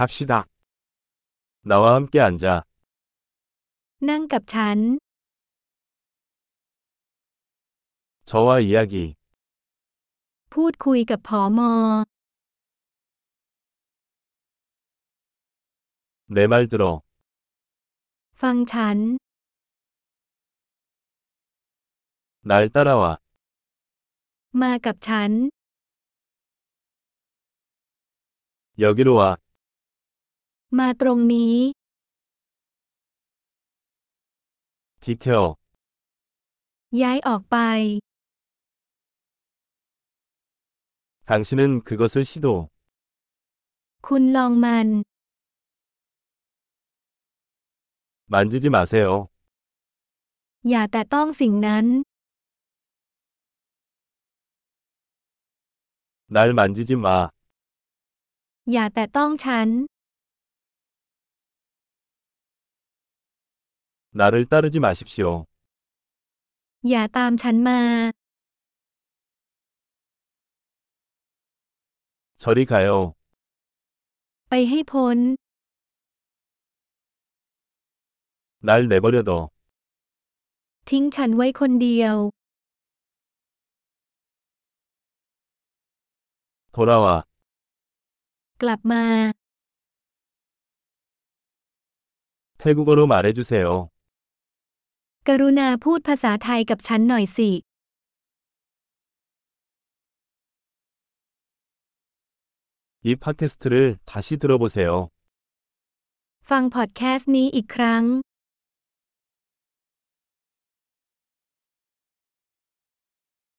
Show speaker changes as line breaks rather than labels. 갑시다. 나와 함께 앉아.
นั่งกับฉัน
저와 이야기.
พูดคุยกับผอมอ
내 말 들어.
ฟังฉัน
날 따라와.
มากับฉัน
여기로 와.
มาตรงนี้
디테어.
ย้ายออกไป
당신은 그것을 시도.
คุณลองมัน
만지지 마세요.
อย่าแต่ต้องสิ่งนั้น
날 만지지 마.
อย่าแต่ต้องฉัน
나를 따르지 마십시오.
อย่าตามฉันมา
저리 가요.
ไปให้พ้น
날 내버려둬.
ทิ้งฉันไว้คนเดียว
돌아와.
กลับมา
태국어로 말해주세요.
กรุณาพูดภาษาไทยกับฉันหน่อยสิ
이 팟캐스트를 다시 들어보세요.
ฟังพอดแคสต์นี้อีกครั้ง